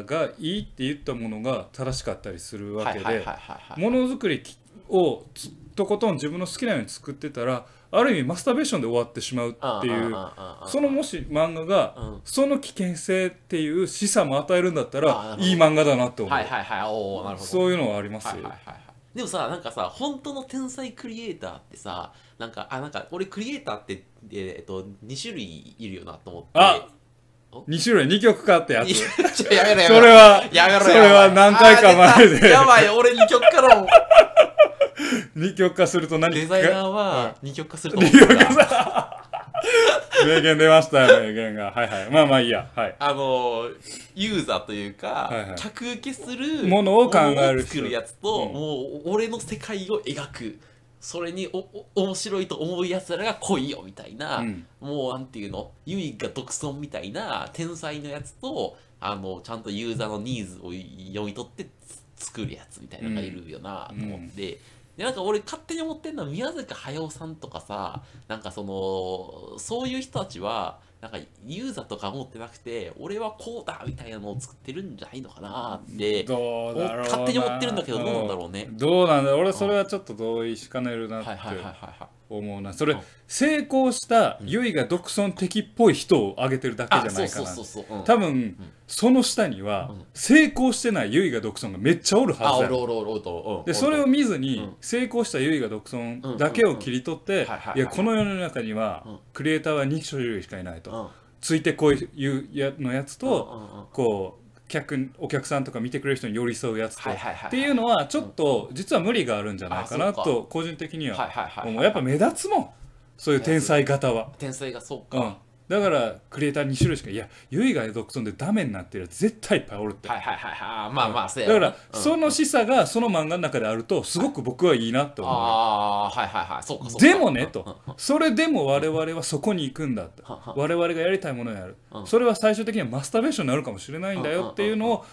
[SPEAKER 1] がいいって言ったものが正しかったりする
[SPEAKER 2] う
[SPEAKER 1] わけ
[SPEAKER 2] はいはい
[SPEAKER 1] で
[SPEAKER 2] はいはいはい
[SPEAKER 1] ものづくりをつとことん自分の好きなように作ってたらある意味マスターベーションで終わってしまうってい
[SPEAKER 2] んんん
[SPEAKER 1] うん
[SPEAKER 2] うん
[SPEAKER 1] そのもし漫画が
[SPEAKER 2] うん
[SPEAKER 1] その危険性っていう示唆も与えるんだった
[SPEAKER 2] あーな
[SPEAKER 1] ら
[SPEAKER 2] るほど
[SPEAKER 1] いい漫画だなって思う、
[SPEAKER 2] はいはいはいおおなるほど
[SPEAKER 1] そう
[SPEAKER 2] う
[SPEAKER 1] いうのはあります
[SPEAKER 2] はい
[SPEAKER 1] よ、
[SPEAKER 2] はいはいはいでもさなんかさ本当の天才クリエイターってさなんかあなんか俺クリエイターってえーっと2種類いるよなと思って
[SPEAKER 1] あ2種類2曲かってやつ
[SPEAKER 2] い
[SPEAKER 1] そ
[SPEAKER 2] やちょやめろやめろ
[SPEAKER 1] れは
[SPEAKER 2] やめろ
[SPEAKER 1] それは何回か前
[SPEAKER 2] あー出た
[SPEAKER 1] で
[SPEAKER 2] やばい俺二曲からも
[SPEAKER 1] 2曲化すると何か
[SPEAKER 2] デザイナーは二曲化すると思
[SPEAKER 1] 理
[SPEAKER 2] うん
[SPEAKER 1] 由
[SPEAKER 2] だ
[SPEAKER 1] がさ 名言出ましたよ名言がはいはいまあまあいいやはい
[SPEAKER 2] あのユーザーというか、
[SPEAKER 1] はいはい
[SPEAKER 2] 客受けする
[SPEAKER 1] ものを考える人
[SPEAKER 2] ものを作るやつと、
[SPEAKER 1] うん
[SPEAKER 2] もう俺の世界を描くそれにおお面白いと思うやつらが来いよみたいな、
[SPEAKER 1] うん
[SPEAKER 2] もうなんていうのユイが独尊みたいな天才のやつとあのちゃんとユーザーのニーズを読み取ってつ作るやつみたいなのがいるよなと思って、でなんか俺勝手に思ってんのは宮崎駿さんとかさなんかそのそういう人たちはなんかユーザーとか思ってなくて俺はこうだみたいなのを作ってるんじゃないのかなって
[SPEAKER 1] どうだろうな
[SPEAKER 2] 勝手に思ってるんだけどどうなんだろうね
[SPEAKER 1] どうなんだろう俺それはちょっと同意しかねるな
[SPEAKER 2] は
[SPEAKER 1] っ
[SPEAKER 2] いはいはいはい
[SPEAKER 1] て
[SPEAKER 2] はい
[SPEAKER 1] 思うなそれ
[SPEAKER 2] うん
[SPEAKER 1] 成功したユイが独尊的っぽい人を挙げてるだけ
[SPEAKER 2] あ
[SPEAKER 1] じゃな
[SPEAKER 2] そう
[SPEAKER 1] いか
[SPEAKER 2] そう
[SPEAKER 1] な
[SPEAKER 2] そうそう、うん、
[SPEAKER 1] 多分
[SPEAKER 2] ん
[SPEAKER 1] その下には
[SPEAKER 2] うん
[SPEAKER 1] 成功してないユイが独尊がめっちゃおるは
[SPEAKER 2] あ
[SPEAKER 1] ず
[SPEAKER 2] お
[SPEAKER 1] だ
[SPEAKER 2] るおるおるおると、うん、
[SPEAKER 1] でそれを
[SPEAKER 2] おる
[SPEAKER 1] 見ず
[SPEAKER 2] う
[SPEAKER 1] に
[SPEAKER 2] ん
[SPEAKER 1] 成功したユイが独尊だけを切り取って
[SPEAKER 2] んはいはいはい
[SPEAKER 1] いやこの世の中には
[SPEAKER 2] うん
[SPEAKER 1] クリエイターは2種類しかいない
[SPEAKER 2] と
[SPEAKER 1] とついてこいいうやのやつ
[SPEAKER 2] うん
[SPEAKER 1] と
[SPEAKER 2] うんうん
[SPEAKER 1] こう客お客さんとか見てくれる人に寄り添うやつと
[SPEAKER 2] はいはいはいはい
[SPEAKER 1] っていうのはちょっと実は無理があるんじゃないかな
[SPEAKER 2] あそうか
[SPEAKER 1] と個人的に
[SPEAKER 2] はい
[SPEAKER 1] は
[SPEAKER 2] はいはい、
[SPEAKER 1] 思うやっぱ目立つもんそういう天才型は。
[SPEAKER 2] 天才がそ
[SPEAKER 1] う
[SPEAKER 2] うか、
[SPEAKER 1] ん、だからクリエイター2種類しかいやユイが独尊でダメになってるやつ絶対いっぱいおるって、
[SPEAKER 2] はいはいはいはいあーまあまあそう
[SPEAKER 1] だ
[SPEAKER 2] や
[SPEAKER 1] か
[SPEAKER 2] ろな
[SPEAKER 1] ら、その示唆がその漫画の中であるとすごく僕はいいなと思
[SPEAKER 2] ああはいはいはいそうかそううか
[SPEAKER 1] でもね
[SPEAKER 2] うんうん
[SPEAKER 1] とそれでも我々はそこに行くんだって
[SPEAKER 2] はは
[SPEAKER 1] 我々がやりたいものをやる
[SPEAKER 2] うん
[SPEAKER 1] それは最終的にはマスターベーションになるかもしれないんだよっていうのを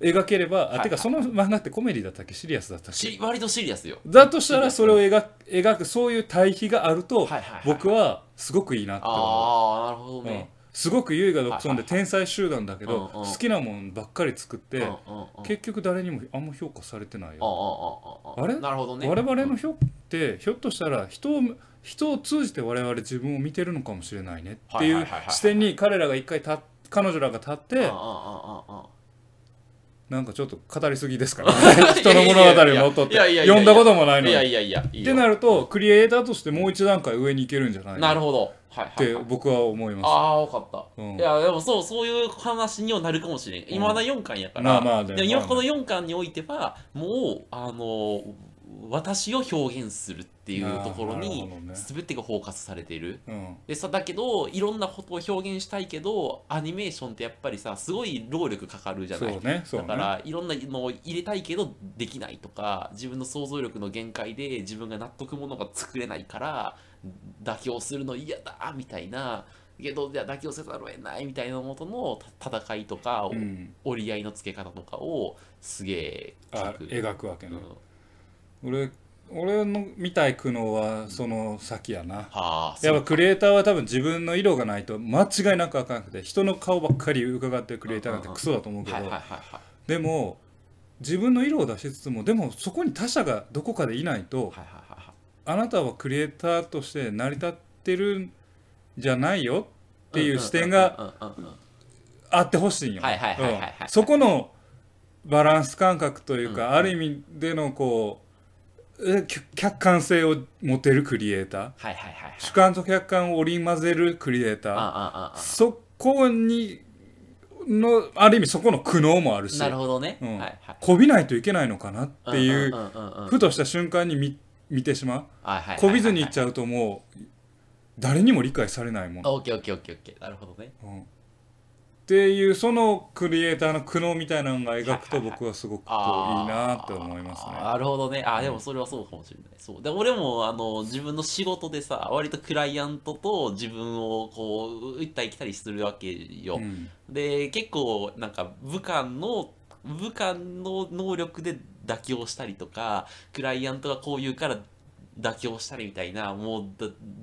[SPEAKER 1] 描ければあてかその漫画ってコメディだったっけシリアスだったっけ
[SPEAKER 2] し割とシリアスよ
[SPEAKER 1] だとしたらそれを描く描くそういう対比があると
[SPEAKER 2] はいはいはい
[SPEAKER 1] 僕はすごくいいなって思う。
[SPEAKER 2] ああなるほど
[SPEAKER 1] うん
[SPEAKER 2] ね、
[SPEAKER 1] すごく優雅独尊で
[SPEAKER 2] はいはいはい
[SPEAKER 1] 天才集団だけど
[SPEAKER 2] うんうん
[SPEAKER 1] 好きなもんばっかり作って
[SPEAKER 2] うんうんうん
[SPEAKER 1] 結局誰にもあんま評価されてない
[SPEAKER 2] あ
[SPEAKER 1] よ
[SPEAKER 2] あああああ
[SPEAKER 1] あれ
[SPEAKER 2] なるほどね
[SPEAKER 1] 我々の評ってひょっとしたら人を人を通じて我々自分を見てるのかもしれないねっ
[SPEAKER 2] は
[SPEAKER 1] て
[SPEAKER 2] いはいい
[SPEAKER 1] う
[SPEAKER 2] はいはいはい
[SPEAKER 1] 視点に彼らが一回立っ彼女らが立って
[SPEAKER 2] ああああああ
[SPEAKER 1] なんかちょっと語りすぎですからね 人の物語を乗っ取っ
[SPEAKER 2] いやいや
[SPEAKER 1] て
[SPEAKER 2] いやいやいや
[SPEAKER 1] 読んだこともないの
[SPEAKER 2] い
[SPEAKER 1] に
[SPEAKER 2] や
[SPEAKER 1] っ
[SPEAKER 2] いやいやいいよ
[SPEAKER 1] てなるとクリエイターとしてもう一段階上に行けるんじゃない
[SPEAKER 2] な
[SPEAKER 1] の
[SPEAKER 2] る
[SPEAKER 1] っ
[SPEAKER 2] ほどはいはい、
[SPEAKER 1] て
[SPEAKER 2] はい
[SPEAKER 1] 僕は思いま
[SPEAKER 2] ああ分かった、
[SPEAKER 1] うん
[SPEAKER 2] いやでもそうそういう話にはなるかもしれん今だ4巻やから、
[SPEAKER 1] まあまあね
[SPEAKER 2] でも今
[SPEAKER 1] まあね
[SPEAKER 2] この4巻においてはもうあの私を表現するっていうところ
[SPEAKER 1] あー
[SPEAKER 2] に
[SPEAKER 1] なるほどね
[SPEAKER 2] 全てがフォーカスされてる
[SPEAKER 1] すうん
[SPEAKER 2] でさだけどいろんなことを表現したいけどアニメーションってやっぱりさすごい労力かかるじゃ
[SPEAKER 1] そ
[SPEAKER 2] な
[SPEAKER 1] う
[SPEAKER 2] い
[SPEAKER 1] ねそう
[SPEAKER 2] だか
[SPEAKER 1] ね
[SPEAKER 2] らいろんなのを入れたいけどできないとか自分の想像力の限界で自分が納得ものが作れないから妥協するの嫌だみたいなけどじゃあ妥協せざるを得ないみたいなのとのた戦いとか、
[SPEAKER 1] うん
[SPEAKER 2] 折り合いのつけ方とかをすげえ
[SPEAKER 1] あ
[SPEAKER 2] 描く
[SPEAKER 1] 描くわけ
[SPEAKER 2] うん
[SPEAKER 1] ね俺俺の見たい苦悩はその先やな
[SPEAKER 2] はあ
[SPEAKER 1] やっ
[SPEAKER 2] そう
[SPEAKER 1] ぱクリエイターは多分自分の色がないと間違いなくあかんくて人の顔ばっかり伺ってるクリエイターなんてクソだと思うけど
[SPEAKER 2] はいはいはいはい
[SPEAKER 1] でも自分の色を出しつつもでもそこに他者がどこかでいないと
[SPEAKER 2] はいはいはいはい
[SPEAKER 1] あなたはクリエイターとして成り立ってるんじゃないよっていう視点が
[SPEAKER 2] うんうんうんうんうん
[SPEAKER 1] あってほしいんよ。
[SPEAKER 2] はいはいはいはいはい
[SPEAKER 1] うんそこのバランス感覚というかある意味でのこうえ客客観性を持てるクリエイター
[SPEAKER 2] はいはいはいはい
[SPEAKER 1] 主観と客観を織り交ぜるクリエイター。
[SPEAKER 2] ああああ
[SPEAKER 1] そこにのある意味そこの苦悩もあるし
[SPEAKER 2] なるほどね、
[SPEAKER 1] うん
[SPEAKER 2] はいはい
[SPEAKER 1] こびないといけないのかなっていうん
[SPEAKER 2] んんんん
[SPEAKER 1] ふとした瞬間に見見てしまう
[SPEAKER 2] はいはいはいはい
[SPEAKER 1] こびずにいっちゃうともう誰にも理解されないもん、
[SPEAKER 2] オッケーオッケーオッケーオッケーなるほどね
[SPEAKER 1] うんっていうそのクリエイターの苦悩みたいなのが描くと
[SPEAKER 2] はいはいはい
[SPEAKER 1] 僕はすごくこうい
[SPEAKER 2] あー
[SPEAKER 1] いなって思いますね。
[SPEAKER 2] なるほどねあーでもそれはそうかもしれないそうで俺もあの自分の仕事でさ割とクライアントと自分をこう行ったり来たりするわけよ
[SPEAKER 1] う、ん
[SPEAKER 2] で結構なんか武漢の武漢の能力で妥協したりとかクライアントがこう言うから妥協したりみたいなもう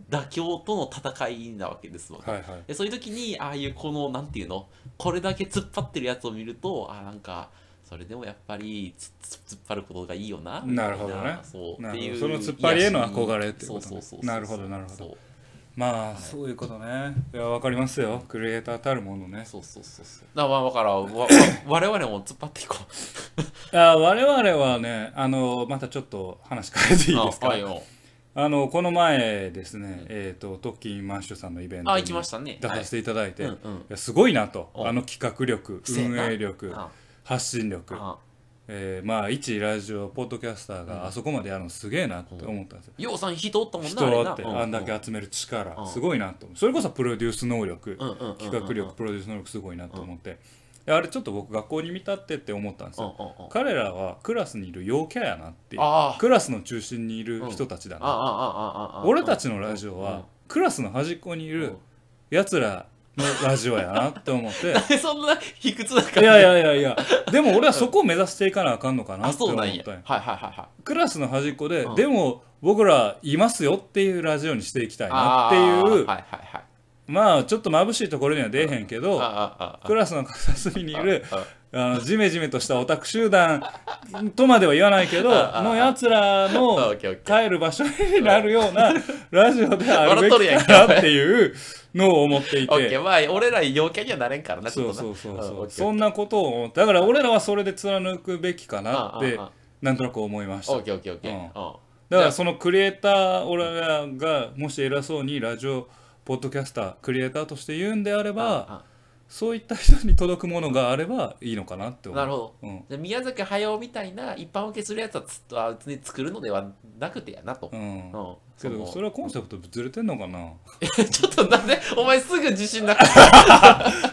[SPEAKER 2] だ妥協との戦いなわけですわ、
[SPEAKER 1] はいはい
[SPEAKER 2] でそういう時にああいうこのなんていうのこれだけ突っ張ってるやつを見るとあなんかそれでもやっぱりつつ突っ張ることがいいよな
[SPEAKER 1] なるほどね
[SPEAKER 2] みたいなそう
[SPEAKER 1] な
[SPEAKER 2] っ
[SPEAKER 1] る
[SPEAKER 2] て
[SPEAKER 1] ほど
[SPEAKER 2] いう
[SPEAKER 1] その突っ張りへの憧れっていう
[SPEAKER 2] そ
[SPEAKER 1] こ
[SPEAKER 2] う
[SPEAKER 1] とね
[SPEAKER 2] そうそうそう
[SPEAKER 1] なるほどなるほど
[SPEAKER 2] そう
[SPEAKER 1] まあそういうことねいやわかりますよクリエイターたるものね
[SPEAKER 2] そうそうそうそうだからまあだからわわ我々も突っ張っていこう
[SPEAKER 1] あ我々はねあのまたちょっと話変えていいですか
[SPEAKER 2] あはいよ
[SPEAKER 1] あのこの前ですね、えっ、とトッキンマッシュさんのイベント
[SPEAKER 2] あ
[SPEAKER 1] に
[SPEAKER 2] 行き
[SPEAKER 1] 出
[SPEAKER 2] ましたね
[SPEAKER 1] させていただいて、
[SPEAKER 2] はい
[SPEAKER 1] い
[SPEAKER 2] うんうん
[SPEAKER 1] やすごいなと
[SPEAKER 2] うん
[SPEAKER 1] あの企画力
[SPEAKER 2] せや
[SPEAKER 1] 運
[SPEAKER 2] な
[SPEAKER 1] 営力
[SPEAKER 2] あ
[SPEAKER 1] 発信力、
[SPEAKER 2] あ
[SPEAKER 1] えーまあ一ラジオポッドキャスターがあそこまでやるのすげえなって思ったんですよ、
[SPEAKER 2] ようさん人おったもんな
[SPEAKER 1] 人
[SPEAKER 2] れ
[SPEAKER 1] をっ
[SPEAKER 2] な
[SPEAKER 1] て
[SPEAKER 2] うう
[SPEAKER 1] あんだけ集める力、
[SPEAKER 2] うん
[SPEAKER 1] すごいなとそれこそプロデュース能力、
[SPEAKER 2] うんうんうんうん
[SPEAKER 1] 企画力プロデュース能力すごいなと思って、であれちょっと僕学校に見立ってって思ったんです
[SPEAKER 2] うんう
[SPEAKER 1] よ、
[SPEAKER 2] んうん
[SPEAKER 1] 彼らはクラスにいる陽キャやなっていう
[SPEAKER 2] あー
[SPEAKER 1] クラスの中心にいる人たちだ
[SPEAKER 2] あああ
[SPEAKER 1] な、
[SPEAKER 2] あああ
[SPEAKER 1] 俺たちのラジオは、クラスの端っこにい
[SPEAKER 2] うん
[SPEAKER 1] るやつらのラジオやなって思って
[SPEAKER 2] うん そんな卑屈だか
[SPEAKER 1] い
[SPEAKER 2] ら
[SPEAKER 1] やいやいやいやでも俺はそこを目指していかなあかんのかな
[SPEAKER 2] あ
[SPEAKER 1] って
[SPEAKER 2] そ
[SPEAKER 1] 思
[SPEAKER 2] う
[SPEAKER 1] っ
[SPEAKER 2] な
[SPEAKER 1] た
[SPEAKER 2] んや
[SPEAKER 1] ん
[SPEAKER 2] はい
[SPEAKER 1] よ
[SPEAKER 2] はいはいはい
[SPEAKER 1] クラスの端っこで、
[SPEAKER 2] うん
[SPEAKER 1] でも僕らいますよっていうラジオにしていきたいな
[SPEAKER 2] あ
[SPEAKER 1] っていう
[SPEAKER 2] ーはいはいはい
[SPEAKER 1] まあちょっと眩しいところには出えへんけど、
[SPEAKER 2] あああ
[SPEAKER 1] クラスの片隅にいるあ
[SPEAKER 2] あ
[SPEAKER 1] のジメジメとしたオタク集団とまでは言わないけど
[SPEAKER 2] ああ
[SPEAKER 1] のやつら
[SPEAKER 2] あ
[SPEAKER 1] の
[SPEAKER 2] オッケーオッケー
[SPEAKER 1] 帰る場所になるようなラジオであるべ
[SPEAKER 2] 笑っとるやん
[SPEAKER 1] きかなっていうのを思ってい
[SPEAKER 2] オッケ
[SPEAKER 1] て
[SPEAKER 2] ー。まあ俺ら陽キャにはなれんからな
[SPEAKER 1] そう
[SPEAKER 2] ち
[SPEAKER 1] そ
[SPEAKER 2] ょっ
[SPEAKER 1] う
[SPEAKER 2] と
[SPEAKER 1] そう
[SPEAKER 2] な
[SPEAKER 1] そ
[SPEAKER 2] んオ
[SPEAKER 1] う
[SPEAKER 2] ッケー
[SPEAKER 1] そんなことを思ってだから俺らはそれで貫くべきかなっ
[SPEAKER 2] うん
[SPEAKER 1] て
[SPEAKER 2] うんうん
[SPEAKER 1] なんとなく思いました
[SPEAKER 2] オッケーオッケーオッケー
[SPEAKER 1] うん
[SPEAKER 2] うん
[SPEAKER 1] だからそのクリエイター俺らがもし偉そうにラジオポッドキャスタークリエイターとして言うんであればそういった人に届くものがあればいいのかなって
[SPEAKER 2] うんうん
[SPEAKER 1] 思う
[SPEAKER 2] なるほど
[SPEAKER 1] うん
[SPEAKER 2] じゃあ宮崎駿みたいな一般受けするやつはつあ常に作るのではなくてやなと
[SPEAKER 1] う。んけ
[SPEAKER 2] うん
[SPEAKER 1] ど
[SPEAKER 2] その
[SPEAKER 1] それはコンセプトずれてんのかな
[SPEAKER 2] ちょっとなんでお前すぐ自 信なくて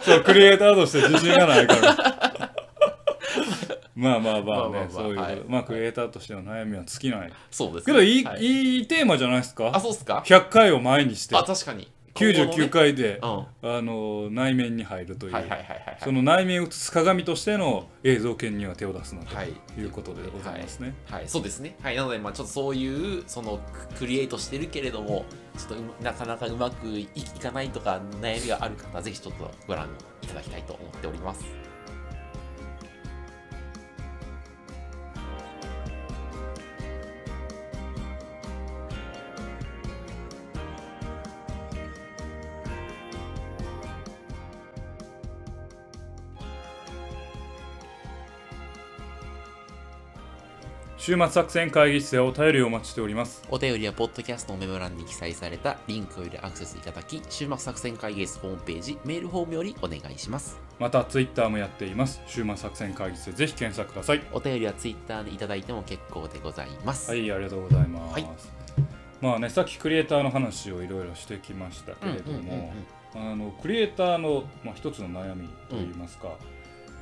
[SPEAKER 1] そうクリエイターとして自信がないから まあまあまあ
[SPEAKER 2] まあまあまあ
[SPEAKER 1] ねそういうこ
[SPEAKER 2] はい
[SPEAKER 1] とまあクリエイターとしての悩みは尽きない
[SPEAKER 2] そうです
[SPEAKER 1] け
[SPEAKER 2] ね
[SPEAKER 1] どいい
[SPEAKER 2] はい
[SPEAKER 1] いテーマじゃないです
[SPEAKER 2] あ
[SPEAKER 1] か
[SPEAKER 2] そうっすか
[SPEAKER 1] 100回を前にして
[SPEAKER 2] あ確かに
[SPEAKER 1] 99回で
[SPEAKER 2] 今後のね
[SPEAKER 1] あの内面に入るとい
[SPEAKER 2] うん
[SPEAKER 1] う
[SPEAKER 2] はいはいはいはい
[SPEAKER 1] その内面を映す鏡としての映像権には手を出すなと
[SPEAKER 2] はい
[SPEAKER 1] いうことでございますね。
[SPEAKER 2] はい、そうですね。はい、なので、まあ、ちょっとそういう、その、ククリエイトしてるけれども、ちょっとうまなかなかうまくいいかないとか、悩みがある方、ぜひちょっとご覧いただきたいと思っております。
[SPEAKER 1] 週末作戦会議室へお便りをお待ちしております
[SPEAKER 2] お便りはポッドキャストのメモ欄に記載されたリンクよりアクセスいただき、週末作戦会議室ホームページ、メールフォームよりお願いします。
[SPEAKER 1] また Twitter もやっています週末作戦会議室でぜひ検索ください
[SPEAKER 2] お便りはツイッターでいただいても結構でございます。
[SPEAKER 1] はいありがとうございます、
[SPEAKER 2] はい
[SPEAKER 1] まあねさっきクリエイターの話をいろいろしてきましたけ
[SPEAKER 2] うんうん
[SPEAKER 1] れ
[SPEAKER 2] うん
[SPEAKER 1] ども、
[SPEAKER 2] うん
[SPEAKER 1] あのクリエイターの、まあ、一つの悩みといいますか、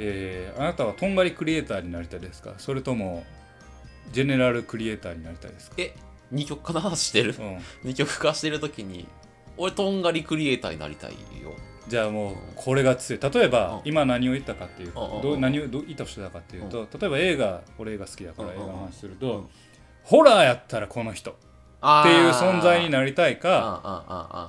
[SPEAKER 1] えーあなたはとんがりクリエイターになりたいですかそれともジェネラルクリエイターになりたいですか、
[SPEAKER 2] え、二極化の話してる
[SPEAKER 1] うん、
[SPEAKER 2] 二極化してる時に、俺、とんがりクリエイターになりたいよ。
[SPEAKER 1] じゃあもうこれが強い例えば、
[SPEAKER 2] うん
[SPEAKER 1] 今何を言ったかっていう
[SPEAKER 2] うんうんうん
[SPEAKER 1] どう何をどう言ったとしたかっていうと、例えば映画俺映画好きだから
[SPEAKER 2] う
[SPEAKER 1] 映
[SPEAKER 2] んう
[SPEAKER 1] 画
[SPEAKER 2] んうん
[SPEAKER 1] の話すると、
[SPEAKER 2] うん
[SPEAKER 1] ホラーやったらこの人っ
[SPEAKER 2] あ
[SPEAKER 1] ていう存在に
[SPEAKER 2] る
[SPEAKER 1] なりたい
[SPEAKER 2] あ
[SPEAKER 1] か、
[SPEAKER 2] ああ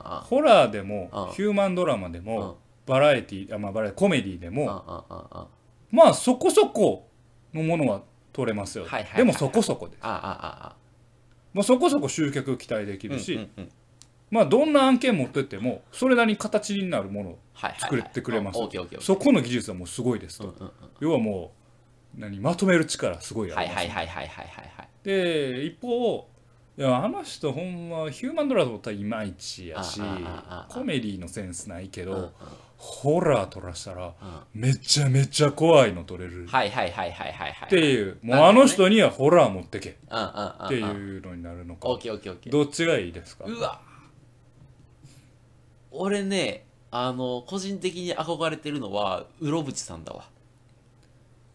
[SPEAKER 2] あああ
[SPEAKER 1] ホラーでも、
[SPEAKER 2] うん
[SPEAKER 1] ヒューマンドラマでも、バラエティあ、まあ、バラエティコメディで
[SPEAKER 2] ああ
[SPEAKER 1] も、
[SPEAKER 2] ああああ
[SPEAKER 1] まあそこそこのものは取れますよ、
[SPEAKER 2] はいはいはい
[SPEAKER 1] でもそこそこで
[SPEAKER 2] あああ
[SPEAKER 1] もうそこそこ集客期待できるし、
[SPEAKER 2] うんうんうん
[SPEAKER 1] まあどんな案件持ってってもそれなりに形になるもの
[SPEAKER 2] はいはいはい
[SPEAKER 1] 作ってくれます
[SPEAKER 2] オッケーオッケーオッケ
[SPEAKER 1] そこの技術はもうすごいです
[SPEAKER 2] ー
[SPEAKER 1] と、
[SPEAKER 2] うんうん
[SPEAKER 1] 要はもう何まとめる力すごい
[SPEAKER 2] うん
[SPEAKER 1] あ
[SPEAKER 2] は
[SPEAKER 1] り
[SPEAKER 2] い
[SPEAKER 1] ます、
[SPEAKER 2] はいはいはいはいはいはい
[SPEAKER 1] で一方いやあの人ほんまヒューマンドラマったらいまいちやし
[SPEAKER 2] ああああああ
[SPEAKER 1] コメディのセンスないけど、
[SPEAKER 2] うんうん
[SPEAKER 1] ホラー撮らしたら
[SPEAKER 2] うん
[SPEAKER 1] めちゃめちゃ怖いの撮れる
[SPEAKER 2] はいはいはいはいはいはい
[SPEAKER 1] っていう、もう
[SPEAKER 2] な
[SPEAKER 1] あ
[SPEAKER 2] るほどね
[SPEAKER 1] の人にはホラー持ってけっ
[SPEAKER 2] うんうんうんうん
[SPEAKER 1] ていうのになるのか
[SPEAKER 2] オッケーオッケーオッケー
[SPEAKER 1] どっちがいいですか
[SPEAKER 2] うわ俺ねあの個人的に憧れてるのはうろぶちさんだわ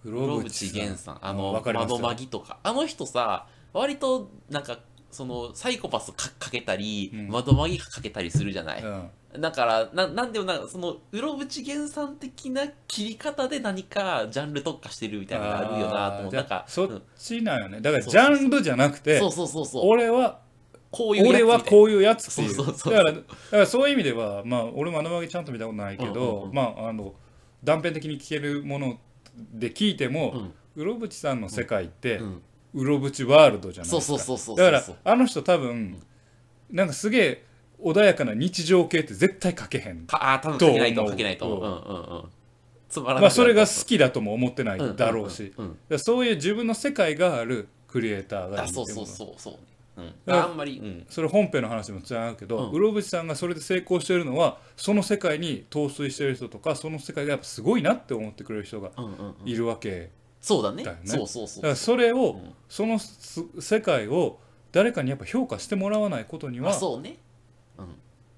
[SPEAKER 1] う
[SPEAKER 2] うろぶち源さんあの
[SPEAKER 1] わかります
[SPEAKER 2] 窓
[SPEAKER 1] よ
[SPEAKER 2] まぎとかあの人さ割となんかそのサイコパスかかけたり、
[SPEAKER 1] うん
[SPEAKER 2] 窓まぎかけたりするじゃない、
[SPEAKER 1] うん
[SPEAKER 2] だからななんでもなんかそのうろぶち源さん的な切り方で何かジャンル特化してるみたいなのがあるよなと思
[SPEAKER 1] あー
[SPEAKER 2] う
[SPEAKER 1] じゃ
[SPEAKER 2] な
[SPEAKER 1] あ
[SPEAKER 2] んか
[SPEAKER 1] そ
[SPEAKER 2] うん
[SPEAKER 1] っちなんよねだから
[SPEAKER 2] そう
[SPEAKER 1] ジ
[SPEAKER 2] そうそう
[SPEAKER 1] ャンルじゃなくて
[SPEAKER 2] そうそうそうそう
[SPEAKER 1] 俺は
[SPEAKER 2] こういうやつみた
[SPEAKER 1] 俺
[SPEAKER 2] いな
[SPEAKER 1] はこういうやつっていう
[SPEAKER 2] そうそうそう
[SPEAKER 1] だからだからそういう意味ではまあ俺窓まぎちゃんと見たことないけ
[SPEAKER 2] うんうん
[SPEAKER 1] ど
[SPEAKER 2] うん
[SPEAKER 1] まああの断片的に聞けるもので聞いて
[SPEAKER 2] う
[SPEAKER 1] も
[SPEAKER 2] ん
[SPEAKER 1] うろぶちさんの世界って
[SPEAKER 2] うん
[SPEAKER 1] うろぶちワールドじゃない
[SPEAKER 2] そ
[SPEAKER 1] で
[SPEAKER 2] う
[SPEAKER 1] す
[SPEAKER 2] そう
[SPEAKER 1] か
[SPEAKER 2] そうそう
[SPEAKER 1] だから
[SPEAKER 2] そう
[SPEAKER 1] あの人多分なんかすげえ穏やかな日常系って絶対書けへん
[SPEAKER 2] かあー多分書けないと
[SPEAKER 1] と思う
[SPEAKER 2] 書けないと思う
[SPEAKER 1] うん
[SPEAKER 2] うんうんうんつまらない
[SPEAKER 1] まあそれが好きだとも思ってないだろうしだか
[SPEAKER 2] んんん
[SPEAKER 1] らそういう自分の世界があるクリエイター
[SPEAKER 2] うん
[SPEAKER 1] が
[SPEAKER 2] あ
[SPEAKER 1] いい
[SPEAKER 2] そうそう
[SPEAKER 1] う
[SPEAKER 2] そうそううん
[SPEAKER 1] だから
[SPEAKER 2] あんまりうん
[SPEAKER 1] それ本編の話にもつながるけど、
[SPEAKER 2] うん
[SPEAKER 1] うろぶちさんがそれで成功してるのはその世界に陶酔してる人とかその世界がやっぱすごいなって思ってくれる人が
[SPEAKER 2] うんうんうん
[SPEAKER 1] いるわけ
[SPEAKER 2] そうだね
[SPEAKER 1] だよね
[SPEAKER 2] そうそうそ
[SPEAKER 1] だ
[SPEAKER 2] う
[SPEAKER 1] からそれを、
[SPEAKER 2] うん
[SPEAKER 1] そのす世界を誰かにやっぱ評価してもらわないことには
[SPEAKER 2] あ
[SPEAKER 1] っ
[SPEAKER 2] そうねうん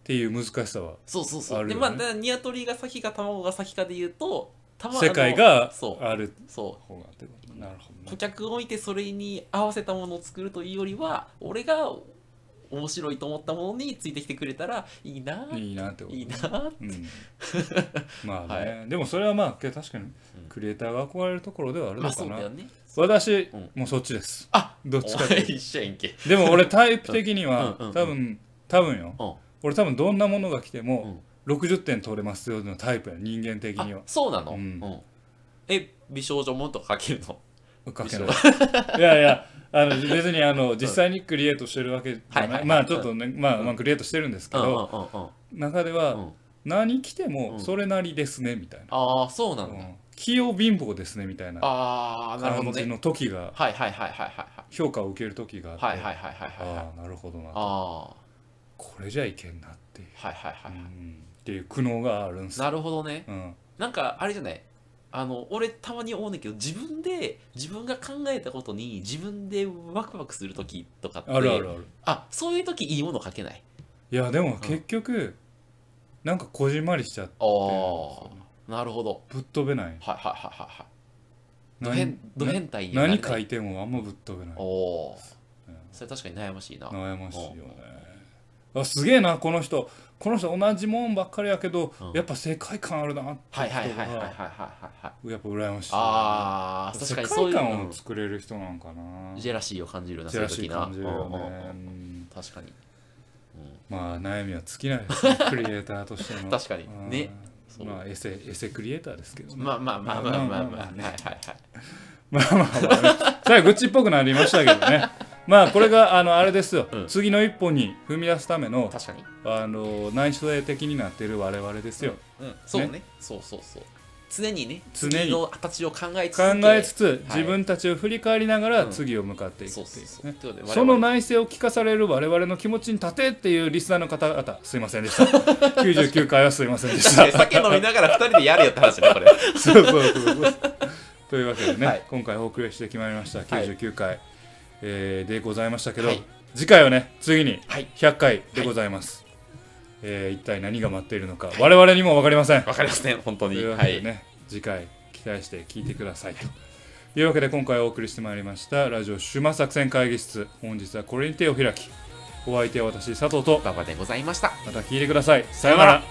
[SPEAKER 1] ていう難しさは
[SPEAKER 2] そうそうそ
[SPEAKER 1] あ
[SPEAKER 2] う。
[SPEAKER 1] る
[SPEAKER 2] で、
[SPEAKER 1] よね
[SPEAKER 2] まあ、だからニワトリが先か卵が先かで言うと、たま
[SPEAKER 1] 世界が
[SPEAKER 2] そう
[SPEAKER 1] ある
[SPEAKER 2] そ
[SPEAKER 1] 方がってことなるほ
[SPEAKER 2] う。
[SPEAKER 1] どね
[SPEAKER 2] 顧客を置いてそれに合わせたものを作るというよりは、俺が面白いと思ったものについてきてくれたらいいな、い
[SPEAKER 1] いいなってこと
[SPEAKER 2] いな。
[SPEAKER 1] うん まあね、でもそれはまあけ確かにクリエイターが憧れるところではある
[SPEAKER 2] ま
[SPEAKER 1] の
[SPEAKER 2] あ
[SPEAKER 1] か
[SPEAKER 2] そう
[SPEAKER 1] な、
[SPEAKER 2] だよね。
[SPEAKER 1] 私、
[SPEAKER 2] うん
[SPEAKER 1] もうそっちです
[SPEAKER 2] あ
[SPEAKER 1] どっちかって
[SPEAKER 2] お
[SPEAKER 1] いう
[SPEAKER 2] 前一緒やんけ。
[SPEAKER 1] とでも俺タイプ的には
[SPEAKER 2] うんうんうん
[SPEAKER 1] 多分多分よ
[SPEAKER 2] うん。
[SPEAKER 1] 俺多分どんなものが来ても60点取れますよのタイプや人間的に
[SPEAKER 2] あ
[SPEAKER 1] は
[SPEAKER 2] そうなの、
[SPEAKER 1] う
[SPEAKER 2] うんんえ、美少女もんとか書けるの
[SPEAKER 1] かけない いやいやあの別にあの実際にクリエイトしてるわけじゃ
[SPEAKER 2] はいはい
[SPEAKER 1] な
[SPEAKER 2] はいい
[SPEAKER 1] まあちょっとねまあまあクリエイトしてるんですけ
[SPEAKER 2] うんうんうんうん。
[SPEAKER 1] ど中では
[SPEAKER 2] うん
[SPEAKER 1] 何来て
[SPEAKER 2] う
[SPEAKER 1] も
[SPEAKER 2] ん
[SPEAKER 1] それなりですねみたいな
[SPEAKER 2] ああ、そうな
[SPEAKER 1] う
[SPEAKER 2] の、
[SPEAKER 1] ん器用貧乏ですねみたいな
[SPEAKER 2] ああ、なるほ
[SPEAKER 1] 感
[SPEAKER 2] ど
[SPEAKER 1] じ
[SPEAKER 2] ね。
[SPEAKER 1] の時が
[SPEAKER 2] はいはいはいはいはい
[SPEAKER 1] 評価を受ける時があって、
[SPEAKER 2] はい。はいはいはいはいはいはい。
[SPEAKER 1] ああなるほどな
[SPEAKER 2] ああ。
[SPEAKER 1] これじゃいけんなっていう、
[SPEAKER 2] はいはいはい、
[SPEAKER 1] う
[SPEAKER 2] はい
[SPEAKER 1] ん、っていう苦悩があるんですよ、
[SPEAKER 2] なるほどね
[SPEAKER 1] うん、
[SPEAKER 2] なんかあれじゃないあの俺たまに思うねんだけど自分で自分が考えたことに自分でワクワクする時とかって
[SPEAKER 1] あるあるある
[SPEAKER 2] あそういう時いいもの書けない
[SPEAKER 1] いやでも結局、なんかこじんまりしちゃって
[SPEAKER 2] ああ
[SPEAKER 1] るんですよね
[SPEAKER 2] なるほど
[SPEAKER 1] ぶっ飛べない
[SPEAKER 2] はいはいはいはいはいド
[SPEAKER 1] 何
[SPEAKER 2] 変ド変態にはな
[SPEAKER 1] 何
[SPEAKER 2] りた
[SPEAKER 1] 書いてもあんまぶっ飛べない
[SPEAKER 2] おおー
[SPEAKER 1] うん
[SPEAKER 2] それ確かに悩ましいな
[SPEAKER 1] 悩ましいよねあすげえなこの人この人同じもんばっかりやけど、
[SPEAKER 2] うん
[SPEAKER 1] やっぱ世界観あるなって人
[SPEAKER 2] はいはいはいはいはいはいはい
[SPEAKER 1] が
[SPEAKER 2] はい
[SPEAKER 1] やっぱ羨ましいよね、
[SPEAKER 2] あー確
[SPEAKER 1] 世
[SPEAKER 2] か
[SPEAKER 1] 界
[SPEAKER 2] にそういう
[SPEAKER 1] 観
[SPEAKER 2] の
[SPEAKER 1] を作れる人なんかな
[SPEAKER 2] ジェラシーを感じるような
[SPEAKER 1] ジェラシー感じるよ
[SPEAKER 2] そういう時な
[SPEAKER 1] ね
[SPEAKER 2] う
[SPEAKER 1] うん
[SPEAKER 2] うんうん
[SPEAKER 1] ん
[SPEAKER 2] 確かに、うん
[SPEAKER 1] まあ悩みは尽きないですねクリエイターとしての
[SPEAKER 2] 確かに
[SPEAKER 1] うん
[SPEAKER 2] ねそう
[SPEAKER 1] まあエセエセクリエイターですけどね
[SPEAKER 2] まあまあまあまあまあまあ、
[SPEAKER 1] まあまあまあね
[SPEAKER 2] はいはいはい。
[SPEAKER 1] まあまあまあねそれは愚痴っぽくなりましたけどね まあこれがあのあれですよ、
[SPEAKER 2] うん
[SPEAKER 1] 次の一歩に踏み出すための
[SPEAKER 2] 確かに。
[SPEAKER 1] あの内省的になっている我々ですよ、
[SPEAKER 2] うん、そうね
[SPEAKER 1] ね
[SPEAKER 2] そうそうそう。常にね
[SPEAKER 1] 常に
[SPEAKER 2] 次の形を考えつ
[SPEAKER 1] 考
[SPEAKER 2] つ
[SPEAKER 1] えつつ、自分たちを振り返りながら
[SPEAKER 2] うん
[SPEAKER 1] 次を向かっていくって
[SPEAKER 2] そ
[SPEAKER 1] いうう
[SPEAKER 2] そうそう
[SPEAKER 1] ね
[SPEAKER 2] ということで
[SPEAKER 1] その
[SPEAKER 2] 我々
[SPEAKER 1] 内政を聞かされる我々の気持ちに立てっていうリスナーの方々すいませんでした 99回はすいませんでした
[SPEAKER 2] ね酒飲みながら二人でやれよって話だねこれ
[SPEAKER 1] そうそうそうそうというわけでね、
[SPEAKER 2] はい
[SPEAKER 1] 今回お送りしてきまいりました99回、えーでございましたけど、
[SPEAKER 2] はい
[SPEAKER 1] 次回はね次に
[SPEAKER 2] はい
[SPEAKER 1] 100回でございます、えー一体何が待っているのか我々にも分かりません
[SPEAKER 2] わかりません本当
[SPEAKER 1] と
[SPEAKER 2] に
[SPEAKER 1] いうわ
[SPEAKER 2] は
[SPEAKER 1] けで
[SPEAKER 2] い
[SPEAKER 1] ね、次回期待して聞いてくださいというわけで今回お送りしてまいりましたラジオ「シュマ作戦会議室」本日はこれに手を開きお相手は私佐藤と
[SPEAKER 2] 馬場でございました
[SPEAKER 1] また聞いてくださいさようなら